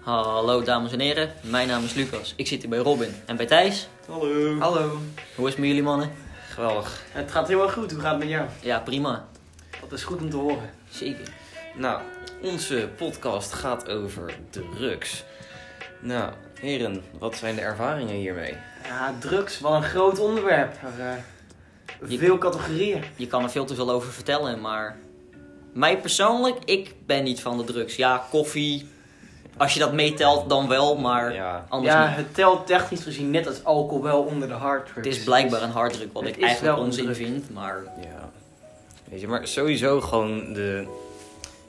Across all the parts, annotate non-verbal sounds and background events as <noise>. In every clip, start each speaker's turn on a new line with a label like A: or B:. A: Hallo dames en heren, mijn naam is Lucas. Ik zit hier bij Robin en bij Thijs.
B: Hallo.
C: Hallo.
A: Hoe is het met jullie mannen?
C: Geweldig.
B: Het gaat heel erg goed. Hoe gaat het met jou?
A: Ja, prima.
B: Dat is goed om te horen.
A: Zeker.
C: Nou, onze podcast gaat over drugs. Nou, heren, wat zijn de ervaringen hiermee?
B: Ja, drugs, wat een groot onderwerp. Er, eh,
A: Je-
B: veel categorieën.
A: Je kan er veel te veel over vertellen, maar... Mij persoonlijk, ik ben niet van de drugs. Ja, koffie, als je dat meetelt dan wel, maar
C: Ja,
A: anders
B: Ja,
A: niet.
B: het telt technisch gezien net als alcohol wel onder de harddrugs.
A: Het is blijkbaar een harddruk, wat
B: Het
A: ik
B: is
A: eigenlijk
B: wel een
A: onzin
B: druk.
A: vind, maar...
C: ja. Weet je, maar sowieso gewoon de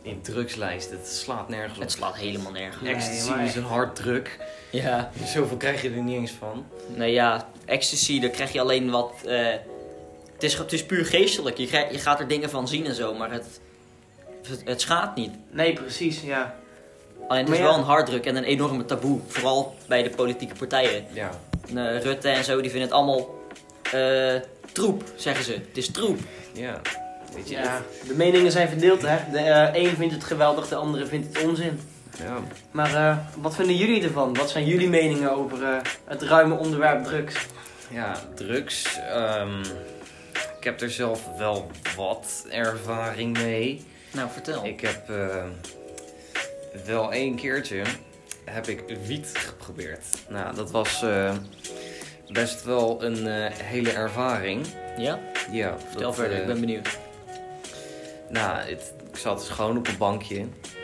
C: die drugslijst, het slaat nergens op.
A: Het slaat helemaal nergens.
B: Nee,
C: Ecstasy
B: maar-
C: is een hard druk.
A: Ja.
C: Zoveel krijg je er niet eens van.
A: Nou ja, ecstasy, daar krijg je alleen wat... eh, het, is, het is puur geestelijk. Je, krijg- je gaat er dingen van zien en zo, maar het, het, het schaadt niet.
B: Nee, precies, ja.
A: Alleen het is
B: Maar ja.
A: wel een harddruk en een enorme taboe. Vooral bij de politieke partijen.
C: Ja.
A: Eh, Rutte en zo, die vinden het allemaal eh, troep, zeggen ze. Het is troep.
C: Ja. Weet je,
B: ja. De meningen zijn verdeeld, hè. De eh, een vindt het geweldig, de andere vindt het onzin.
C: ja.
B: Maar eh, wat vinden jullie ervan? Wat zijn jullie meningen over eh, het ruime onderwerp drugs?
C: Ja, drugs. ehm, ik heb er zelf wel wat ervaring mee.
A: Nou, vertel.
C: Ik heb eh, wel één keertje heb ik wiet geprobeerd. Nou, dat was eh, best wel een eh, hele ervaring.
A: Ja?
C: Ja,
A: Vertel
C: dat,
A: verder,
C: eh,
A: ik ben benieuwd.
C: Nou, het- ik zat dus gewoon op een bankje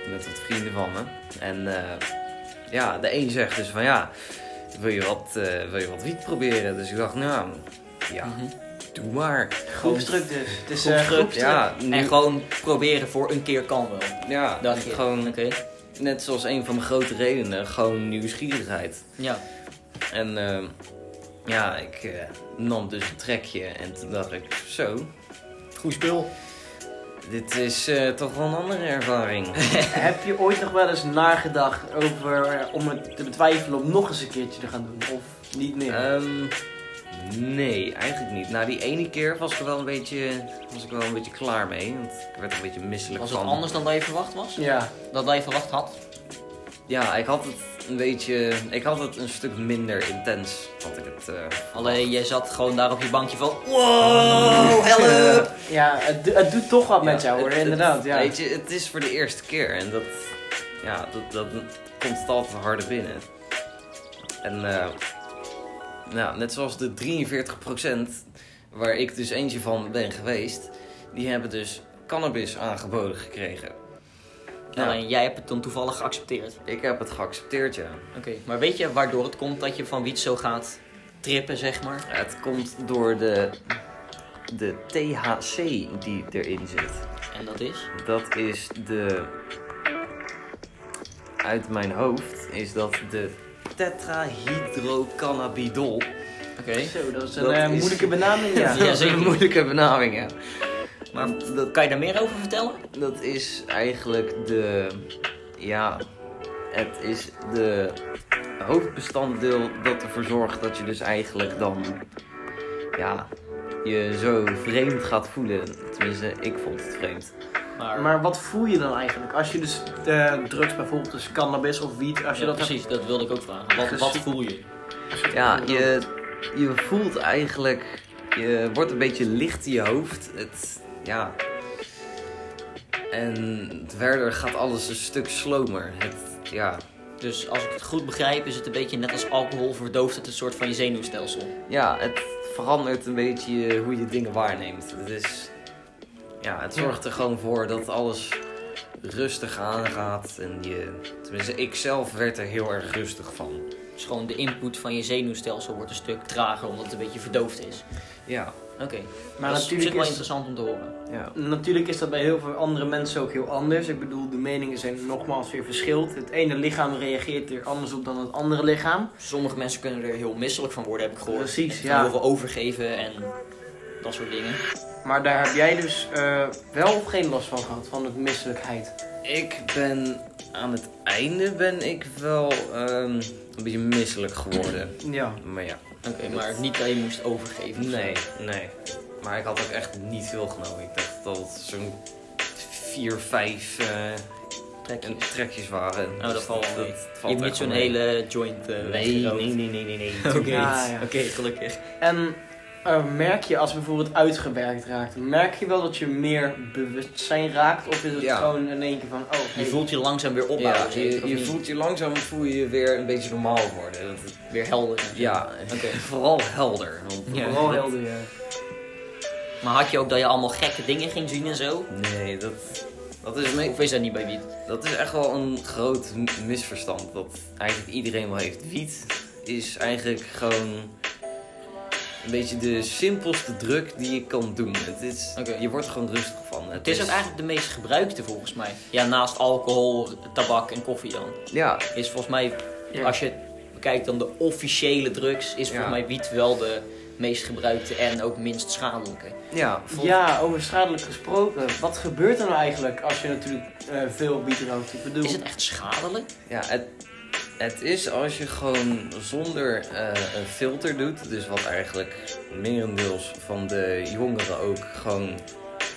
C: met wat vrienden van me. En eh, ja, de een zegt dus van ja, wil je wat, eh, wil je wat wiet proberen? Dus ik dacht, nou ja,
A: Mhm.
C: doe maar.
B: Groepsdruk dus. Het is eh,
A: Groepsdruk,
B: groepsdruk.
C: Ja, nu-
A: En gewoon proberen voor een keer kan wel.
C: ja
A: Dat je.
C: gewoon
A: Oké.
C: net zoals een van mijn grote redenen, gewoon nieuwsgierigheid.
A: Ja.
C: En ehm, ja, ik eh, nam dus een trekje en toen dacht ik, zo,
A: Goed spul.
C: dit is eh, toch wel een andere ervaring.
A: <laughs>
B: Heb je ooit nog wel eens nagedacht over eh, om het te betwijfelen om nog eens een keertje te gaan doen? Of niet meer?
C: Ehm, nee, eigenlijk niet. Na die ene keer was ik er wel een beetje, was ik wel een beetje klaar mee, want ik werd er een beetje misselijk
A: Was het
C: van.
A: anders dan dat je verwacht was?
B: ja.
A: Dat dat je verwacht had?
C: Ja, ik had het een beetje, ik had het een stuk minder intens, had ik het. eh,
A: Alleen, jij zat gewoon daar op je bankje van... Wow,
C: <laughs>
A: help!
B: Ja, het, do- het doet toch wat met
C: Ja,
B: jou hoor,
C: het- het-
B: inderdaad. Ja.
C: Weet je, het is voor de eerste keer en dat, ja, dat, dat komt altijd harder binnen. En eh, nou, net zoals de 43% waar ik dus eentje van ben geweest, die hebben dus cannabis aangeboden gekregen. Nou,
A: Alleen, jij hebt het dan toevallig geaccepteerd.
C: ik heb het geaccepteerd, ja.
A: Oké. Maar weet je waardoor het komt dat je van wiet zo gaat trippen, zeg maar?
C: Het komt door de, de THC die erin zit.
A: En dat is?
C: Dat is de. Uit mijn hoofd is dat de tetrahydrocannabidol.
A: Oké.
B: Zo, dat is een
C: Dat
B: eh,
C: is-
B: moeilijke benaming,
C: <laughs>
B: ja.
A: Ja.
C: dat is
A: zeker.
C: een moeilijke benaming, hè?
A: Maar
C: Maar dat,
A: Kan je daar meer over vertellen?
C: dat is eigenlijk de. Ja, het is de hoofdbestanddeel dat ervoor zorgt dat je dus eigenlijk dan. Ja, je zo vreemd gaat voelen. Tenminste, ik vond het vreemd.
A: Maar,
B: Maar wat voel je dan eigenlijk? Als je dus eh, drugs bijvoorbeeld, dus cannabis of wiet, als je
A: Ja,
B: dat
A: precies, dat wilde ik ook vragen. Wat, wat
B: Precies.
A: voel je?
C: Ja, je, je voelt eigenlijk. Je wordt een beetje licht in je hoofd. Het, ja. En verder gaat alles een stuk slomer. Het, ja.
A: Dus als ik het goed begrijp, is het een beetje net als alcohol verdooft het een soort van je zenuwstelsel.
C: ja, het verandert een beetje je- hoe je dingen waarneemt. Het, is, ja, het zorgt er gewoon voor dat alles rustig aangaat. En je, tenminste, ik zelf werd er heel erg rustig van.
A: Dus gewoon de input van je zenuwstelsel wordt een stuk trager omdat het een beetje verdoofd is.
C: Ja,
A: Oké,
B: hebt.
A: maar
B: Maar
A: dat is op zich
B: natuurlijk
A: wel
B: is,
A: interessant om te horen.
C: ja.
B: natuurlijk is dat bij heel veel andere mensen ook heel anders. Ik bedoel, de meningen zijn nogmaals weer verschillend. Het ene lichaam reageert er anders op dan het andere lichaam.
A: Sommige mensen kunnen er heel misselijk van worden, heb ik gehoord.
B: Precies,
A: En gaan
B: ja.
A: Heel veel overgeven en dat soort dingen.
B: Maar daar heb jij dus eh, wel of geen last van gehad, van het misselijkheid.
C: Ik ben aan het einde ben ik wel ehm, een beetje misselijk geworden.
B: Ja.
C: Maar ja,
A: Oké, maar niet dat je moest overgeven. of zo.
C: nee, nee. Maar ik had ook echt niet veel genomen. Ik dacht dat het zo'n 4, 5 eh, en
A: trekjes.
C: trekjes waren. Dus
A: Oh, dat valt wel mee. Je
C: valt
A: hebt niet
C: echt wel
A: zo'n
C: mee.
A: hele joint eh
C: Nee,
A: weggerookt.
C: nee, nee, nee, nee, nee.
A: <laughs> Oké,
B: Ja, ja.
A: oké, gelukkig.
B: En eh, merk je als bijvoorbeeld uitgewerkt raakt, merk je wel dat je meer bewustzijn raakt? Of is het
C: Ja.
B: gewoon in één keer van, oh, hey,
A: Je voelt je langzaam weer opbouwen.
C: Ja, je, je voelt je langzaam voel je je weer een beetje normaal worden. Dat het-
A: weer helder. en zo.
C: <laughs> Ja,
A: Oké.
C: vooral helder. Want
A: Ja.
B: vooral helder. ja.
A: Maar had je ook dat je allemaal gekke dingen ging zien en zo?
C: Nee, dat, dat, is me-
A: Of is dat niet bij wiet?
C: dat is echt wel een groot m- misverstand dat eigenlijk iedereen wel heeft. Wiet is eigenlijk gewoon een beetje de simpelste druk die je kan doen. Het is,
A: Oké.
C: Je wordt er gewoon rustig van.
A: Het is ook eigenlijk de meest gebruikte volgens mij. Ja, naast alcohol, tabak en koffie dan.
C: Ja,
A: Is volgens mij,
B: Ja.
A: als je het bekijkt dan de officiële drugs, is volgens
C: Ja.
A: mij wiet wel de meest gebruikte en ook minst schadelijke.
C: ja, vol-
B: Ja, over schadelijk gesproken. Wat gebeurt er nou eigenlijk als je natuurlijk eh, veel biet rookt? Ik bedoel,
A: Is het echt schadelijk?
C: Ja, het, het is als je gewoon zonder eh, een filter doet, dus wat eigenlijk merendeels van de jongeren ook gewoon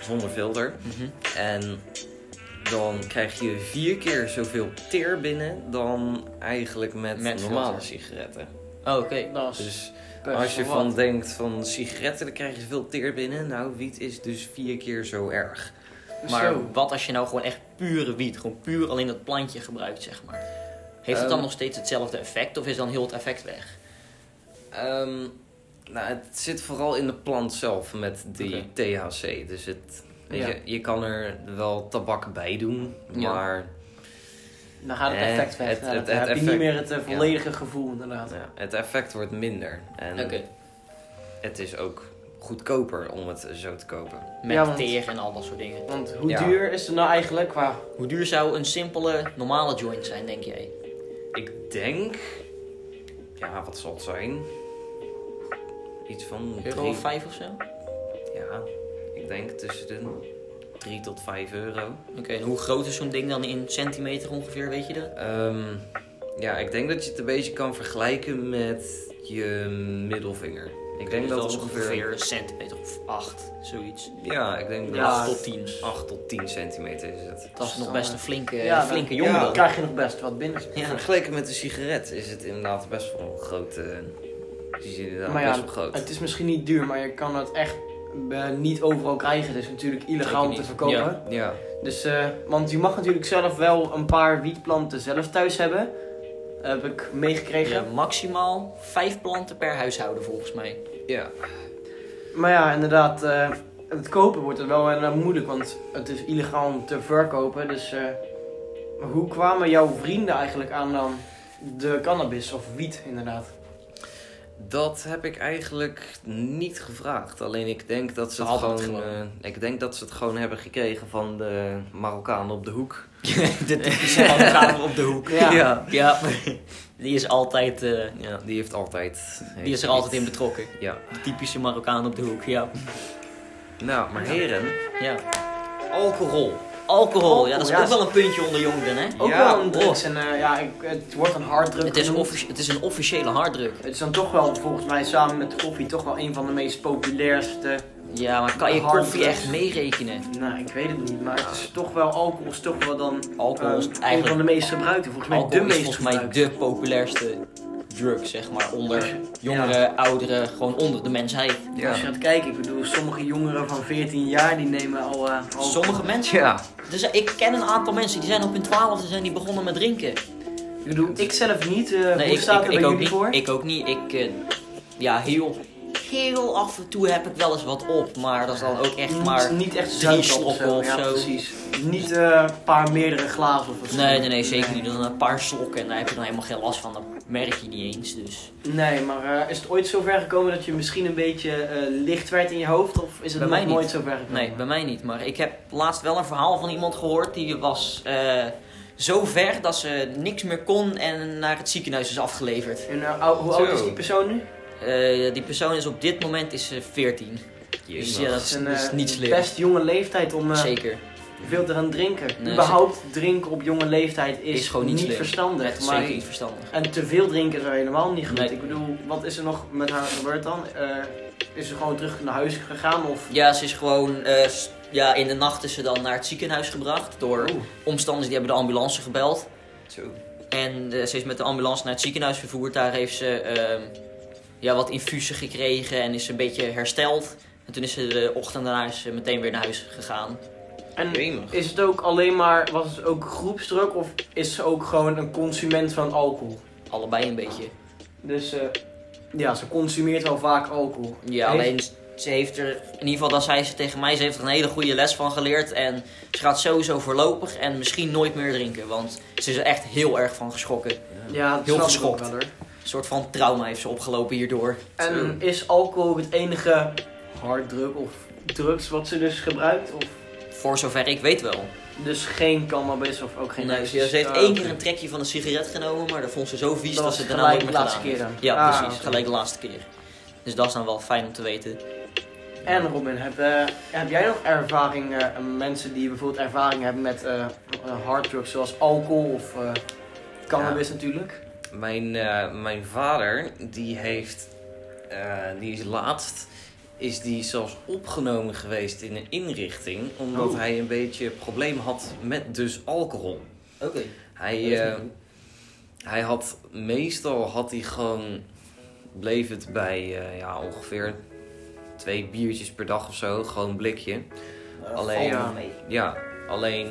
C: zonder filter. En dan krijg je vier keer zoveel teer binnen dan eigenlijk met,
A: Met
C: normale
A: filter.
C: sigaretten.
A: Oh, oké.
B: dat is
C: Dus
B: best
C: als je
B: wel
C: van
B: wat.
C: denkt van sigaretten, dan krijg je veel teer binnen. Nou, wiet is dus vier keer zo erg.
A: Maar
B: Zo.
A: wat als je nou gewoon echt pure wiet, gewoon puur alleen dat plantje gebruikt, zeg maar? Heeft het dan
C: Ehm.
A: nog steeds hetzelfde effect of is dan heel het effect weg?
C: Ehm, nou, het zit vooral in de plant zelf met die THC. Dus het, weet
B: Ja.
C: je, je kan er wel tabak bij doen,
A: Ja.
C: maar
B: Dan gaat het
C: Eh,
B: effect weg.
C: het-
B: ja, dan
C: het-
B: heb
C: het
B: je niet
C: effect.
B: meer het eh, volledige gevoel inderdaad.
C: ja, het effect wordt minder. En
A: Oké,
C: het is ook goedkoper om het zo te kopen.
A: met
B: Ja, want-
A: teer en al dat soort dingen.
B: Want hoe
C: Ja.
B: duur is het nou eigenlijk qua...
A: Hoe duur zou een simpele, normale joint zijn, denk jij?
C: Ik denk, ja, wat zal het zijn? Iets van
A: Euro
C: drie-
A: of vijf of zo? Oké,
C: Ja, ik denk tussen de 3 tot 5 euro.
A: en hoe groot is zo'n ding dan in centimeter ongeveer, weet je dat?
C: Ehm, ja, ik denk dat je het een beetje kan vergelijken met je middelvinger. Ik denk dat
A: dus is
C: ongeveer,
A: ongeveer een centimeter of acht, zoiets.
C: Ja, ik denk dat
B: Ja.
A: Acht tot tien.
C: 8 tot 10 centimeter is het.
A: Dat is nog
B: dan,
A: best
B: eh,
A: een flinke,
B: dan-
A: flinke
B: ja,
A: jongen
B: dan
A: dan.
B: krijg je nog best wat binnen.
A: Ja.
C: Vergeleken met een sigaret is het inderdaad best wel een grote. Is inderdaad
B: Maar ja,
C: best wel groot.
B: Het is misschien niet duur, maar je kan het echt eh, niet overal krijgen. Het is natuurlijk illegaal om
A: Zeker
B: te
A: niet.
B: verkopen.
A: Ja.
C: Ja,
B: Dus, eh, want je mag natuurlijk zelf wel een paar wietplanten zelf thuis hebben. Heb ik meegekregen.
A: Ja, maximaal vijf planten per huishouden volgens
C: <laughs>
A: mij.
C: ja.
B: Maar ja, inderdaad, eh, het kopen wordt er wel eh, moeilijk, want het is illegaal om te verkopen. Dus eh, maar hoe kwamen jouw vrienden eigenlijk aan dan de cannabis of wiet inderdaad?
C: Dat heb ik eigenlijk niet gevraagd. Alleen ik denk dat ze
A: Ze
C: het
A: hadden
C: gewoon,
A: het
C: eh, ik denk dat ze het gewoon hebben gekregen van de Marokkanen op de hoek.
A: de typische advocaat op de hoek.
B: Ja.
A: Ja, die is altijd, eh,
C: Ja, die heeft altijd.
A: die is er altijd in betrokken.
C: Ja.
A: De typische Marokkaan op de hoek, ja.
C: Nou, maar heren.
A: ja.
C: Alcohol.
A: Alcohol, ja, dat is
B: Ja,
A: ook wel een puntje onder jongeren, hè?
B: Ook
C: Ja,
B: wel een drugs en eh, ja, ik, het wordt een harddruk
A: Het is,
B: genoemd.
A: offici- het is een officiële harddruk.
B: Het is dan toch wel, volgens mij, samen met koffie, toch wel een van de meest populairste.
A: Ja, maar kan je
B: Harddrugs.
A: koffie echt meerekenen?
B: Nou, ik weet het niet, maar het is toch wel, alcohol is toch wel dan
A: Alcohol is
B: eh, een van
A: eigenlijk
B: de meest gebruikte. Volgens mij de
A: alcohol is
B: meest
A: volgens mij
B: gebruikte.
A: de populairste drug, zeg maar, onder jongeren, ouderen, gewoon onder de mensheid.
B: Als je gaat kijken, ik bedoel, sommige jongeren van 14 jaar die nemen al. eh, al-
A: Sommige mensen,
C: Ja.
A: dus ik ken een aantal mensen die zijn op hun twaalfde zijn die begonnen met drinken.
B: Ik bedoel, ik zelf niet. eh
A: Nee,
B: hoe
A: ik,
B: staat
A: ik,
B: er
A: ik
B: bij
A: ook
B: jullie
A: niet.
B: voor?
A: Ik ook niet. Ik, eh, ja, heel, heel af en toe heb ik wel eens wat op, maar dat is dan ook echt
B: Niet-
A: maar...
B: niet echt
A: drie
B: zuipen
A: slokken of
B: Ja,
A: zo.
B: precies. Niet eh, een paar meerdere glazen of zo.
A: Nee, nee, nee, zeker niet. Dan een paar slokken en daar heb je dan helemaal geen last van. Dat merk je niet eens, dus...
B: Nee, maar eh, is het ooit zover gekomen dat je misschien een beetje eh, licht werd in je hoofd? Of is het
A: Bij
B: nog
A: mij niet.
B: nooit zover gekomen?
A: Nee, bij mij niet. Maar ik heb laatst wel een verhaal van iemand gehoord die was eh, zo ver dat ze niks meer kon en naar het ziekenhuis is afgeleverd.
B: En eh, ou- hoe oud
C: Zo.
B: is die persoon nu?
A: Eh, die persoon is op dit moment is ze 14. Dus ja, dat is,
B: een,
A: dat is
B: eh,
A: niet slim.
B: Best jonge leeftijd om eh,
A: Zeker.
B: veel te gaan drinken.
A: Nee,
B: Überhaupt drinken op jonge leeftijd is,
A: Is gewoon niet slim.
B: verstandig.
A: Maar
B: Maar
A: zeker niet verstandig.
B: En te veel drinken is er helemaal niet goed.
A: Nee.
B: Ik bedoel, wat is er nog met haar gebeurd dan? Eh, is ze gewoon terug naar huis gegaan of...
A: Ja, ze is gewoon eh, s- Ja, in de nacht is ze dan naar het ziekenhuis gebracht door
B: Oeh.
A: omstanders die hebben de ambulance gebeld.
C: Zo.
A: En eh, ze is met de ambulance naar het ziekenhuis vervoerd. Daar heeft ze ehm, ja, wat infusen gekregen en is ze een beetje hersteld. En toen is ze de ochtend daarna is ze meteen weer naar huis gegaan.
B: En
C: Jemig.
B: is het ook alleen maar, was het ook groepsdruk of is ze ook gewoon een consument van alcohol?
A: Allebei een beetje.
B: Dus eh, ja, ze consumeert wel vaak alcohol.
A: Ja, alleen ze heeft er, in ieder geval dat zei ze tegen mij, ze heeft er een hele goede les van geleerd. En ze gaat sowieso voorlopig en misschien nooit meer drinken. Want ze is er echt heel erg van geschrokken.
C: Ja.
B: Ja, dat
A: Heel
B: snap ik
A: geschokt.
B: ook wel, hoor.
A: Een soort van trauma heeft ze opgelopen hierdoor.
B: En is alcohol het enige harddruk of drugs wat ze dus gebruikt? Of
A: Voor zover ik weet wel.
B: dus geen cannabis of ook geen
A: Nee, ze
B: drugs?
A: ze heeft
B: Ah,
A: één
B: oké.
A: keer een trekje van een sigaret genomen, maar dat vond ze zo vies dat,
B: Dat
A: ze
B: was
A: het daarna
B: gelijk
A: niet meer
B: de
A: gedaan
B: laatste
A: heeft.
B: keer dan.
A: Ja,
B: Ah,
A: precies,
B: oké.
A: gelijk de laatste keer. Dus dat is dan wel fijn om te weten.
B: En Robin, heb, eh, heb jij nog ervaring, eh, mensen die bijvoorbeeld ervaring hebben met eh, eh, harddrugs zoals alcohol of eh, cannabis natuurlijk?
C: Mijn, eh, mijn vader, die heeft, eh, die is laatst, is die zelfs opgenomen geweest in een inrichting, omdat
B: Oh.
C: hij een beetje probleem had met dus alcohol.
A: Oké.
C: Hij,
A: Dat is
C: eh,
A: niet goed.
C: hij had, meestal had hij gewoon, bleef het bij eh, ja, ongeveer twee biertjes per dag of zo, gewoon een blikje. alleen-
B: ja.
C: Ja, alleen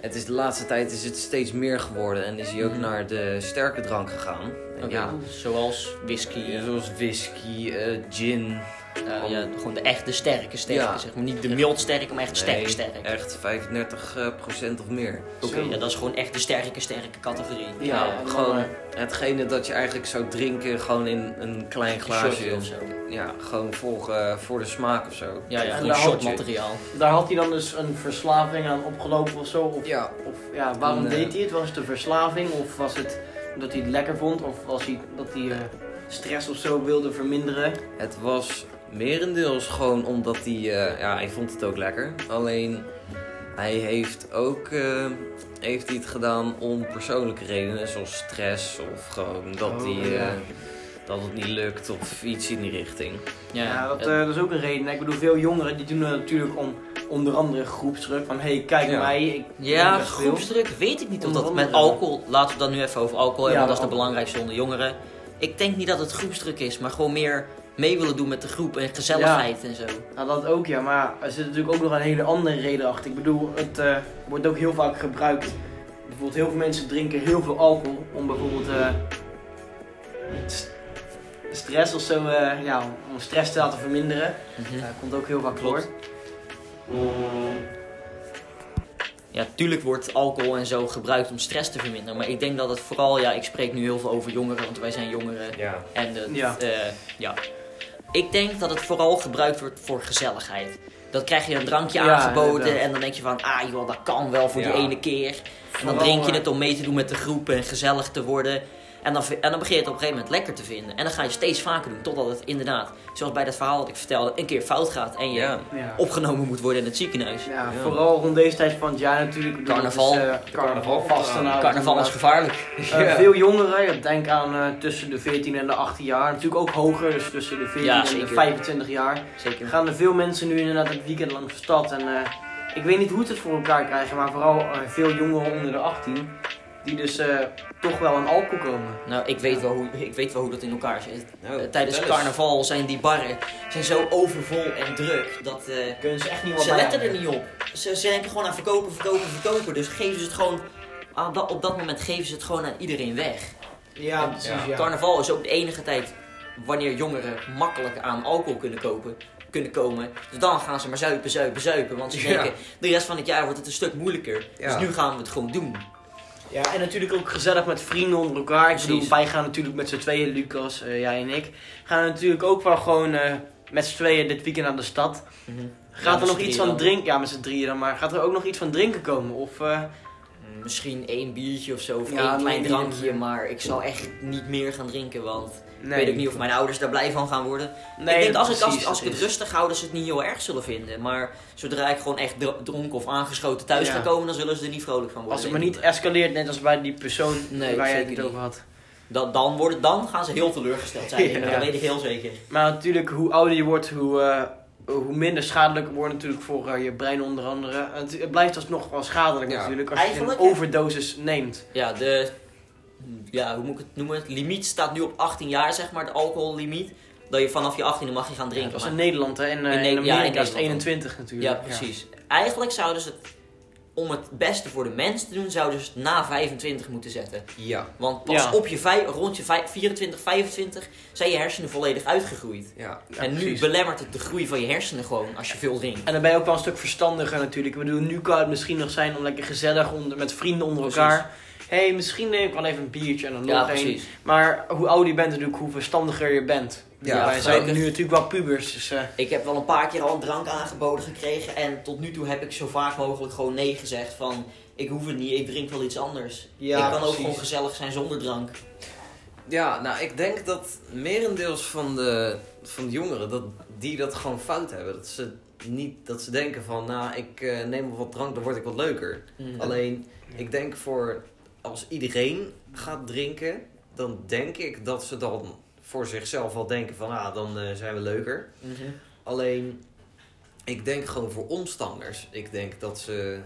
C: het is de laatste tijd is het steeds meer geworden en is hij ook
A: Mhm.
C: naar de sterke drank gegaan. En Ja,
A: Zoals whisky.
C: ja, zoals whisky, eh, gin.
A: eh, ja, gewoon de echte sterke sterke,
C: Ja.
A: zeg maar. Niet de mild sterke, maar echt sterk
C: Nee, Eh,
A: sterk.
C: Echt 35% procent of meer.
A: Oké, ja, dat is gewoon echt de sterke sterke categorie.
C: Ja,
B: en dan,
C: gewoon
B: eh,
C: Hetgene dat je eigenlijk zou drinken gewoon in een klein
A: glaasje
C: glaasje.
A: of zo.
C: Ja, gewoon voor, eh, voor de smaak of zo.
A: Ja, ja,
B: En
A: gewoon
B: daar had je-
A: shotmateriaal.
B: Daar had hij dan dus een verslaving aan opgelopen of zo? Of,
C: Ja,
B: of ja, waarom
C: Een, eh,
B: deed hij het? Was het de verslaving of was het dat hij het lekker vond? Of was hij dat hij eh, stress of zo wilde verminderen?
C: het was merendeels gewoon omdat hij... eh, ja, hij vond het ook lekker. Alleen, hij heeft ook... eh, heeft hij het gedaan om persoonlijke redenen, zoals stress of gewoon dat,
B: Oh,
C: hij,
B: ja.
C: eh, dat het niet lukt of iets in die richting.
A: Ja,
B: Ja, dat,
A: het-
B: eh, dat is ook een reden. Ik bedoel, veel jongeren die doen dat natuurlijk om onder andere groepsdruk. Van, hey, kijk
C: Ja.
B: mij, ik
A: Ja,
B: drink best veel.
A: groepsdruk weet ik niet of
B: Onder
A: dat met
B: andere.
A: alcohol. Laten we dat nu even over alcohol hebben,
B: Ja,
A: want dat is de
B: alcohol.
A: belangrijkste onder jongeren. Ik denk niet dat het groepsdruk is, maar gewoon meer mee willen doen met de groep en gezelligheid en zo.
B: Nou, dat ook ja, maar er zit natuurlijk ook nog een hele andere reden achter. Ik bedoel, het eh, wordt ook heel vaak gebruikt. Bijvoorbeeld, heel veel mensen drinken heel veel alcohol om bijvoorbeeld eh, st- stress of zo, eh, ja, om stress te laten verminderen.
A: Mhm.
B: Dat komt ook heel vaak
A: Klopt.
B: voor.
A: Ja, tuurlijk wordt alcohol en zo gebruikt om stress te verminderen. Maar ik denk dat het vooral, ja, ik spreek nu heel veel over jongeren, want wij zijn jongeren.
C: Ja.
A: En het,
B: Ja.
A: eh, ja. Ik denk dat het vooral gebruikt wordt voor gezelligheid. Dat krijg je een drankje
B: Ja,
A: aangeboden
B: inderdaad.
A: en dan denk je van, ah joh, dat kan wel voor
C: Ja.
A: die ene keer. En dan
B: Vooral,
A: drink je
B: eh,
A: het om mee te doen met de groep en gezellig te worden. En dan, en dan begin je het op een gegeven moment lekker te vinden. En dan ga je steeds vaker doen, totdat het inderdaad, zoals bij dat verhaal dat ik vertelde, een keer fout gaat en je
C: Ja.
B: Ja.
A: opgenomen moet worden in het ziekenhuis.
B: Ja,
C: Ja.
B: vooral rond deze tijd van het jaar natuurlijk. Ik bedoel, het
A: Carnaval.
B: Is, eh, carnaval,
C: Carnaval.
B: vastenavond,
A: Carnaval is
B: inderdaad.
A: gevaarlijk.
B: Eh,
C: Ja.
B: Veel jongeren, ja, denk aan eh, tussen de 14 en de 18 jaar, natuurlijk ook hoger, dus tussen de 14
A: Ja,
B: en de
A: zeker.
B: 25 jaar,
A: Zeker.
B: gaan er veel mensen nu inderdaad het weekend langs de stad. En eh, ik weet niet hoe ze het voor elkaar krijgen, maar vooral eh, veel jongeren onder de 18, die dus eh, toch wel aan alcohol komen.
A: Nou, ik weet, wel hoe, ik weet wel hoe dat in elkaar zit.
C: Nou,
A: Eh, Tijdens
C: vertel eens.
A: carnaval zijn die barren zijn zo overvol en druk dat eh,
B: Kunnen ze echt niet
A: ze letten er niet op. Ze, ze denken gewoon aan verkopen, verkopen, verkopen. Dus geven ze het gewoon, aan dat, op dat moment geven ze het gewoon aan iedereen weg.
B: Ja,
A: precies,
C: Ja.
B: ja.
A: Carnaval is ook de enige tijd wanneer jongeren makkelijk aan alcohol kunnen kopen. Kunnen komen. Dus dan gaan ze maar zuipen, zuipen, zuipen. Want ze
C: Ja.
A: denken, de rest van het jaar wordt het een stuk moeilijker.
C: Ja.
A: Dus nu gaan we het gewoon doen.
B: Ja, en natuurlijk ook gezellig met vrienden onder elkaar. Ik bedoel,
A: Precies.
B: wij gaan natuurlijk met z'n tweeën, Lucas, eh, jij en ik, gaan natuurlijk ook wel gewoon eh, met z'n tweeën dit weekend aan de stad.
A: Ja,
C: Mhm.
B: Gaat
A: met
B: er nog
A: z'n
B: iets
A: drieën
B: van
A: dan.
B: drinken? Ja, met z'n drieën dan, maar gaat er ook nog iets van drinken komen? Of, eh,
A: Misschien één biertje of zo, of
B: Ja,
A: één klein
B: nee,
A: drankje,
B: nee.
A: maar ik zal echt niet meer gaan drinken, want
B: nee.
A: ik weet ook niet of mijn ouders daar blij van gaan worden.
B: Nee,
A: ik denk dat als, ik, als,
B: precies,
A: als ik
B: dat
A: het
B: is-
A: rustig hou, dat ze het niet heel erg zullen vinden. Maar zodra ik gewoon echt dr- dronken of aangeschoten thuis
B: Ja.
A: ga komen, dan zullen ze er niet vrolijk van worden.
B: Als het maar
A: denk
B: niet
A: ik.
B: escaleert, net als bij die persoon
A: Nee,
B: waar jij
A: zeker
B: het niet
A: niet.
B: over had.
A: dan, dan, worden, dan gaan ze heel teleurgesteld zijn, denk ik.
B: Ja.
A: dat weet ik heel zeker.
B: Maar natuurlijk, hoe ouder je wordt, hoe eh, hoe minder schadelijk het wordt natuurlijk voor eh, je brein onder andere. Het, het blijft alsnog wel schadelijk
C: Ja.
B: natuurlijk als je een
A: Eigenlijk, hè?
B: overdosis neemt.
A: Ja, de. Ja, hoe moet ik het noemen? Het limiet staat nu op 18 jaar, zeg maar, de alcohollimiet. Dat je vanaf je 18e mag je gaan
B: Ja,
A: drinken.
B: dat is
A: maar-
B: in Nederland hè, en eh,
A: In Ne-
B: in
A: ja, in
B: Amerika is
A: Nederland
B: het
A: dan.
B: 21 natuurlijk.
A: Ja, precies. Eigenlijk zouden ze het, om het beste voor de mens te doen, zouden ze het na 25 moeten zetten.
C: Ja,
A: Want pas
B: Ja.
A: op je vij- rond je vij- 24, 25 zijn je hersenen volledig uitgegroeid.
C: ja.
B: Ja,
A: en nu
B: precies.
A: belemmert het de groei van je hersenen gewoon als je veel drinkt.
B: En dan ben je ook wel een stuk verstandiger natuurlijk. Ik bedoel, nu kan het misschien nog zijn om lekker gezellig onder, met vrienden onder
A: Precies.
B: elkaar. Hé, hey, misschien neem ik wel even een biertje en dan
A: Ja,
B: nog één.
A: precies.
B: Maar hoe ouder je bent natuurlijk, hoe verstandiger je bent.
C: Ja,
B: Ja, wij zijn
A: zeker.
B: nu natuurlijk wel pubers, dus... eh,
A: Ik heb wel een paar keer al een drank aangeboden gekregen. En tot nu toe heb ik zo vaak mogelijk gewoon nee gezegd. Van ik hoef het niet, ik drink wel iets anders.
B: ja,
A: ik kan ook
B: precies.
A: gewoon gezellig zijn zonder drank.
C: Ja, nou, ik denk dat merendeels van de, van de jongeren, dat die dat gewoon fout hebben. Dat ze, niet, dat ze denken van, nou, ik eh, neem wel wat drank, dan word ik wat leuker.
B: Mm-hmm.
C: Alleen, ik denk voor, als iedereen gaat drinken, dan denk ik dat ze dan voor zichzelf wel denken van, ah, dan eh, zijn we leuker.
A: Mhm.
B: Mm-hmm.
C: Alleen, ik denk gewoon voor omstanders. Ik denk dat ze...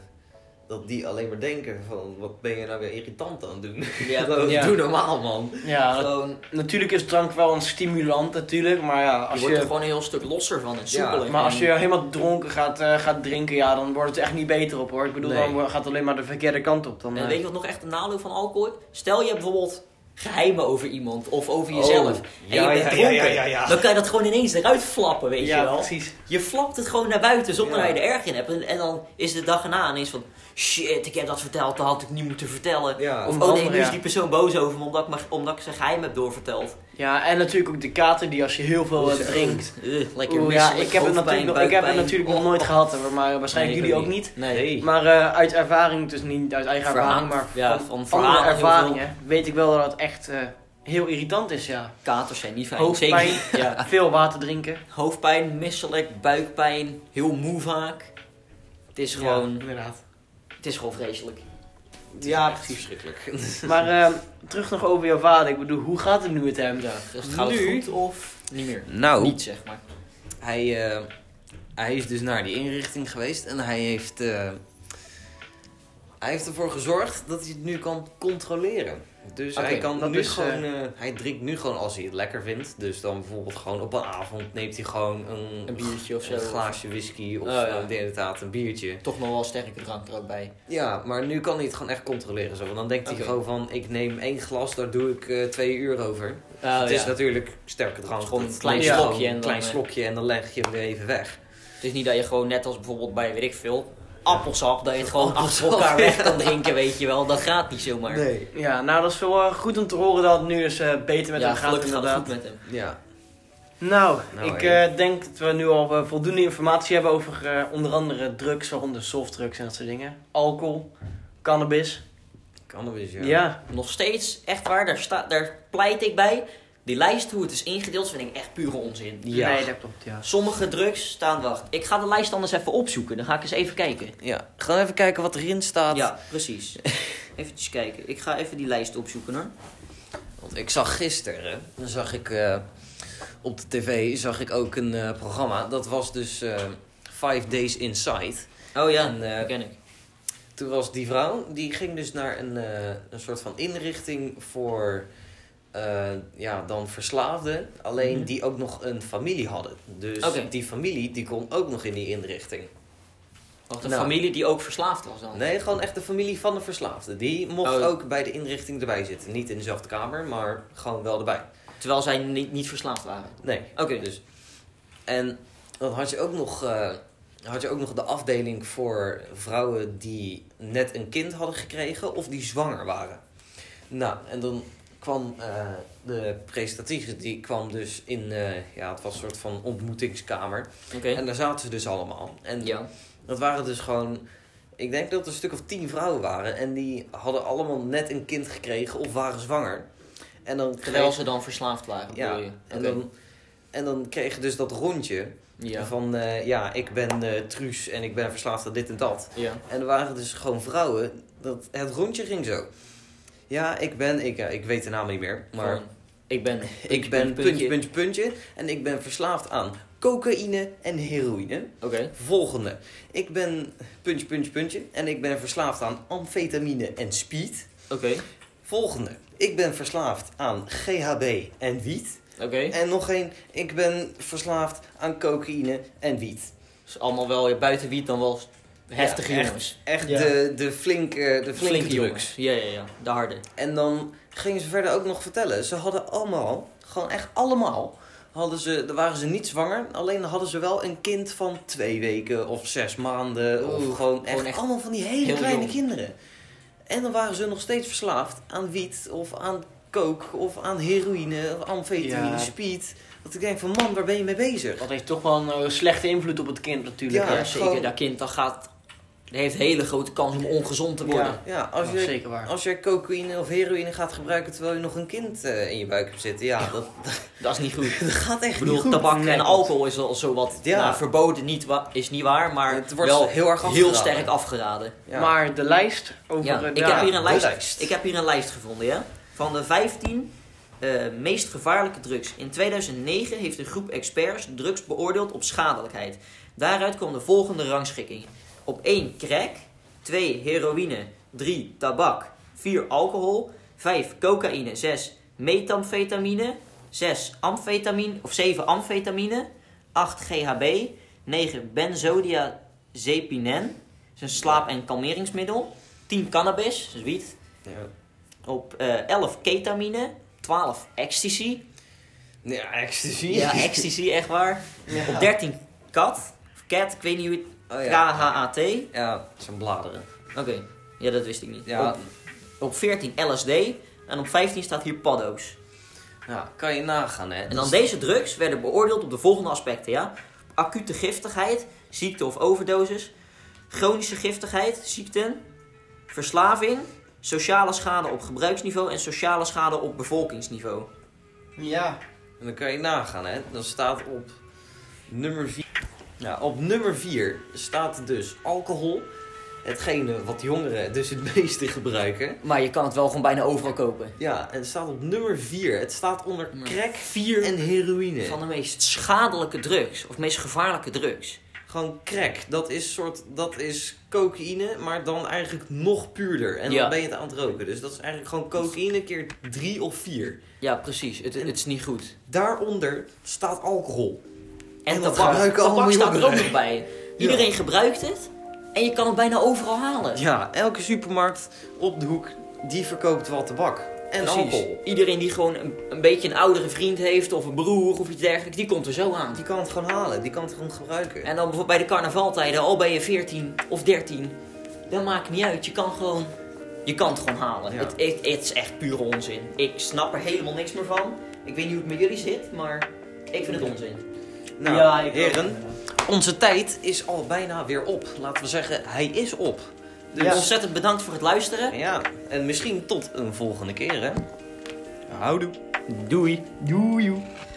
C: Dat die alleen maar denken van, wat ben je nou weer irritant aan het doen?
A: Ja,
C: Gewoon,
B: ja.
C: <laughs> Doe normaal, man.
B: Ja, dat-
A: gewoon,
B: natuurlijk is drank wel een stimulant natuurlijk, maar ja,
A: je
B: als
A: wordt er
B: je...
A: gewoon een heel stuk losser van en
C: Ja,
A: soepeler.
B: Maar als
A: En-
B: je helemaal dronken gaat, eh, gaat drinken, ja, dan wordt het er echt niet beter op hoor. Ik bedoel,
C: Nee.
B: dan wo- gaat het alleen maar de verkeerde kant op. Dan,
A: En
B: eh.
A: weet je wat nog echt een nadeel van alcohol is? Stel je hebt bijvoorbeeld geheimen over iemand of over
B: Oh.
A: jezelf. en je bent dronken. Dan kan je dat gewoon ineens eruit flappen, weet
B: ja,
A: je wel.
B: precies.
A: Je flapt het gewoon naar buiten zonder
C: Ja.
A: dat je er erg in hebt. En, en dan is de dag erna ineens van... Shit, ik heb dat verteld, dat had ik niet moeten vertellen.
C: Ja,
A: Of
B: Onder
A: oh nee,
B: andere,
A: nu is
B: ja.
A: die persoon boos over me omdat ik, mag- omdat ik zijn geheim heb doorverteld.
B: Ja, en natuurlijk ook de kater die als je heel veel eh,
A: Dus,
B: drinkt.
A: eh, lekker
B: Oeh, ja,
A: misselijk,
B: ik heb het
A: hoofdpijn,
B: natuurlijk, nog, ik heb het
A: buikpijn.
B: natuurlijk nog
A: Oh,
B: nooit
A: oh.
B: gehad, hoor, maar eh, waarschijnlijk
A: Nee, ik
B: jullie ook niet.
A: Nee.
B: Maar eh, uit ervaring, dus niet uit eigen
A: Verhaal-
B: ervaring, maar
A: ja,
B: van,
A: van
B: andere
A: verhalen heel
B: ervaringen weet ik wel dat het echt eh, heel irritant is, ja.
A: Katers zijn niet fijn.
B: Hoofdpijn,
A: Zeker, niet-
B: <laughs>
A: ja.
B: veel water drinken.
A: Hoofdpijn, misselijk, buikpijn, heel moe vaak. Het is gewoon...
B: Ja, inderdaad.
A: Het is gewoon vreselijk.
B: Ja,
C: Echt
B: precies.
C: verschrikkelijk.
B: Maar eh, terug nog over jouw vader. Ik bedoel, hoe gaat het nu met hem?
A: Dus het gaat
C: Nu?
A: goed of niet meer?
C: Nou,
A: Niet zeg maar.
C: hij, eh, hij is dus naar die inrichting geweest en hij heeft, eh, hij heeft ervoor gezorgd dat hij het nu kan controleren. Dus
B: Oké,
C: hij, kan
B: dat
C: nu
B: is,
C: gewoon, eh, hij drinkt nu gewoon als hij het lekker vindt. Dus dan bijvoorbeeld gewoon op een avond neemt hij gewoon een,
A: Een biertje of zo.
C: een glaasje whisky of
A: Oh, ja.
C: eh, inderdaad een biertje.
A: Toch nog wel sterke drank er ook bij.
C: Ja, maar nu kan hij het gewoon echt controleren. Zo. Want dan denkt
A: Oké.
C: hij gewoon van, ik neem één glas, daar doe ik eh, twee uur over. het is natuurlijk sterke drank.
A: Gewoon een
C: Dat
A: klein
C: neem je
A: slokje
C: gewoon
A: en
C: een
A: dan,
C: klein
A: eh,
C: slokje en dan leg je hem weer even weg.
A: Het is niet dat je gewoon net als bijvoorbeeld bij, weet ik veel, appelsap, dat je het gewoon achter elkaar weg kan drinken, weet je wel. Dat gaat niet zomaar.
C: Nee.
B: Ja, nou dat is wel eh, goed om te horen dat het nu dus eh, beter met
A: ja,
B: hem gaat
A: gelukkig gaat het
B: inderdaad.
A: goed met hem.
C: Ja.
B: Nou,
C: Nou,
B: ik
C: hey.
B: eh, denk dat we nu al eh, voldoende informatie hebben over eh, onder andere drugs, waaronder softdrugs en dat soort dingen. Alcohol, cannabis.
C: Cannabis, ja.
B: Ja,
A: Nog steeds, echt waar, daar, sta, daar pleit ik bij. Die lijst, hoe het is ingedeeld, vind ik echt pure onzin.
C: Ja.
B: nee, dat klopt, ja.
A: Sommige drugs staan, wacht, ik ga de lijst anders even opzoeken. Dan ga ik eens even kijken.
C: Ja. Gewoon even kijken wat erin staat.
A: Ja,
C: <laughs>
A: precies. Even kijken. Ik ga even die lijst opzoeken hoor.
C: Want ik zag gisteren, dan zag ik eh, op de tv, zag ik ook een eh, programma. Dat was dus eh Five Days Inside.
A: Oh ja,
C: En, eh,
A: dat ken ik.
C: Toen was die vrouw, die ging dus naar een, eh, een soort van inrichting voor eh, ja, dan verslaafden. Alleen
A: Mhm.
C: die ook nog een familie hadden. Dus
A: Oké.
C: die familie die kon ook nog in die inrichting.
A: Wacht, een
C: Nou.
A: familie die ook verslaafd was dan?
C: Nee, gewoon echt de familie van de verslaafde. Die mocht
A: Oh.
C: ook bij de inrichting erbij zitten. Niet in dezelfde kamer, maar gewoon wel erbij.
A: Terwijl zij niet, niet verslaafd waren.
C: Nee.
A: Oké.
C: Dus. En dan had je ook nog, eh, had je ook nog de afdeling voor vrouwen die net een kind hadden gekregen of die zwanger waren. Nou, en dan kwam eh, de presentatrice, die kwam dus in, eh, ja, het was een soort van ontmoetingskamer.
A: Oké.
C: En daar zaten ze dus allemaal. En
A: Ja.
C: dat waren dus gewoon, ik denk dat er een stuk of tien vrouwen waren. En die hadden allemaal net een kind gekregen of waren zwanger. En dan
A: Terwijl
C: kreeg
A: ze dan verslaafd waren,
C: ja,
A: bedoel je?
C: en,
A: Oké.
C: dan, en dan kreeg je dus dat rondje
A: Ja.
C: van eh, ja, ik ben eh, Truus en ik ben verslaafd aan dit en dat.
A: Ja.
C: En er waren dus gewoon vrouwen, dat, het rondje ging zo. Ja, ik ben, ik, ja, ik weet de naam niet meer, maar
A: Maar ik ben...
C: ik ben puntje, puntje, puntje en ik ben verslaafd aan cocaïne en heroïne.
A: Oké.
C: Volgende. Ik ben puntje, puntje, puntje. En ik ben verslaafd aan amfetamine en speed.
A: Oké.
C: Volgende. Ik ben verslaafd aan GHB en wiet.
A: Oké.
C: En nog één. Ik ben verslaafd aan cocaïne en wiet.
A: Dus allemaal wel ja, buiten wiet dan wel heftige
C: Ja, echt.
A: jongens.
C: Echt
B: Ja.
C: de, de flinke, de flinke,
A: Flinke
C: drugs.
A: jongens. Ja, ja, ja. De harde.
C: En dan gingen ze verder ook nog vertellen. Ze hadden allemaal, gewoon echt allemaal, hadden ze, dan waren ze niet zwanger. Alleen hadden ze wel een kind van twee weken of zes maanden.
A: Oeh,
C: of gewoon echt,
A: gewoon echt
C: allemaal van die hele
A: heel
C: kleine
A: jong.
C: kinderen. En dan waren ze nog steeds verslaafd aan wiet of aan coke of aan heroïne of amfetamine,
B: Ja.
C: speed. Dat ik denk van man, waar ben je mee bezig?
B: Dat heeft toch wel een eh, slechte invloed op het kind natuurlijk.
A: Ja,
C: Ja,
A: zeker.
C: gewoon-
A: Dat kind dan gaat... Die heeft hele grote kans om ongezond te worden.
B: Ja.
C: Ja, als
B: Dat
C: je
B: is zeker waar.
C: als jij cocaïne of heroïne gaat gebruiken terwijl je nog een kind eh, in je buik hebt zitten, ja, dat,
A: Dat is niet goed.
C: <laughs> dat gaat echt
A: Ik
C: niet
A: bedoel,
C: goed.
A: tabak
B: Nee,
A: en
B: klopt.
A: alcohol is al zowat
C: Ja.
A: nou, verboden niet wa- is niet waar, maar
C: Het wordt
A: wel
C: heel erg
A: heel
C: afgeraden.
A: sterk afgeraden.
C: Ja.
B: Maar de lijst over...
A: Ja,
B: eh,
A: ik
B: daar-
A: heb hier een
C: de
A: lijst,
C: lijst.
A: Ik heb hier een lijst gevonden, ja? Van de 15 eh, meest gevaarlijke drugs. In 2009 heeft een groep experts drugs beoordeeld op schadelijkheid. Daaruit kwam de volgende rangschikking. Op 1 crack, 2 heroïne, 3 tabak, 4 alcohol, 5 cocaïne, 6 metamfetamine, 6 amfetamine of 7 amfetamine, 8 GHB, 9 benzodiazepinen, is een slaap- en kalmeringsmiddel, 10 cannabis, dus wiet,
C: Ja.
A: op eh 11 ketamine, 12 ecstasy.
C: Nee, Ja, ecstasy.
A: <laughs> Ja, ecstasy, echt waar.
B: Ja.
A: Op 13 kat. Of cat, ik weet niet hoe het...
C: Oh, ja.
A: K-H-A-T. Oké,
C: ja, het zijn bladeren.
A: ja, dat wist ik niet.
C: Ja,
A: Op, op 14 LSD. En op 15 staat hier paddo's.
C: ja, kan je nagaan, hè.
A: En dan deze drugs werden beoordeeld op de volgende aspecten, ja. Acute giftigheid, ziekte of overdosis. Chronische giftigheid, ziekten. Verslaving. Sociale schade op gebruiksniveau en sociale schade op bevolkingsniveau.
B: Ja.
C: En dan kan je nagaan, hè. Dan staat op nummer 4... Ja, op nummer 4 staat dus alcohol. Hetgene wat jongeren dus het meeste gebruiken.
A: Maar je kan het wel gewoon bijna overal kopen.
C: Ja, en het staat op nummer 4. Het staat onder
A: Nummer
C: crack
A: vier.
C: en heroïne.
A: Van de meest schadelijke drugs, of meest gevaarlijke drugs.
C: Gewoon crack. Dat is soort... Dat is cocaïne, maar dan eigenlijk nog puurder. En
A: Ja.
C: dan ben je het aan het roken. Dus dat is eigenlijk gewoon cocaïne keer 3 of 4.
A: Ja, precies. Het, het is niet goed.
C: Daaronder staat alcohol.
A: En,
C: En dat
A: tabak,
C: gebruiken
A: tabak
C: allemaal
A: staat er ook
C: jongeren.
A: nog bij. Iedereen gebruikt het en je kan het bijna overal halen.
C: Ja, elke supermarkt op de hoek, die verkoopt wel tabak. En
A: Precies.
C: alcohol.
A: Iedereen die gewoon een, een beetje een oudere vriend heeft of een broer of iets dergelijks, die komt er zo aan.
C: Die kan het gewoon halen, die kan het gewoon gebruiken.
A: En dan bijvoorbeeld bij de carnavaltijden, al ben je 14 of 13, dat maakt niet uit. Je kan gewoon, je kan het gewoon halen.
C: Ja.
A: Het, het, het is echt pure onzin. Ik snap er helemaal niks meer van. Ik weet niet hoe het met jullie zit, maar ik vind het onzin.
C: nou,
B: ja, ik ook.
C: heren, onze tijd is al bijna weer op. Laten we zeggen, hij is op.
A: Dus
B: Ja.
A: ontzettend bedankt voor het luisteren.
C: Ja, en misschien tot een volgende keer, hè. Houdoe.
A: Doei.
B: Joejoe.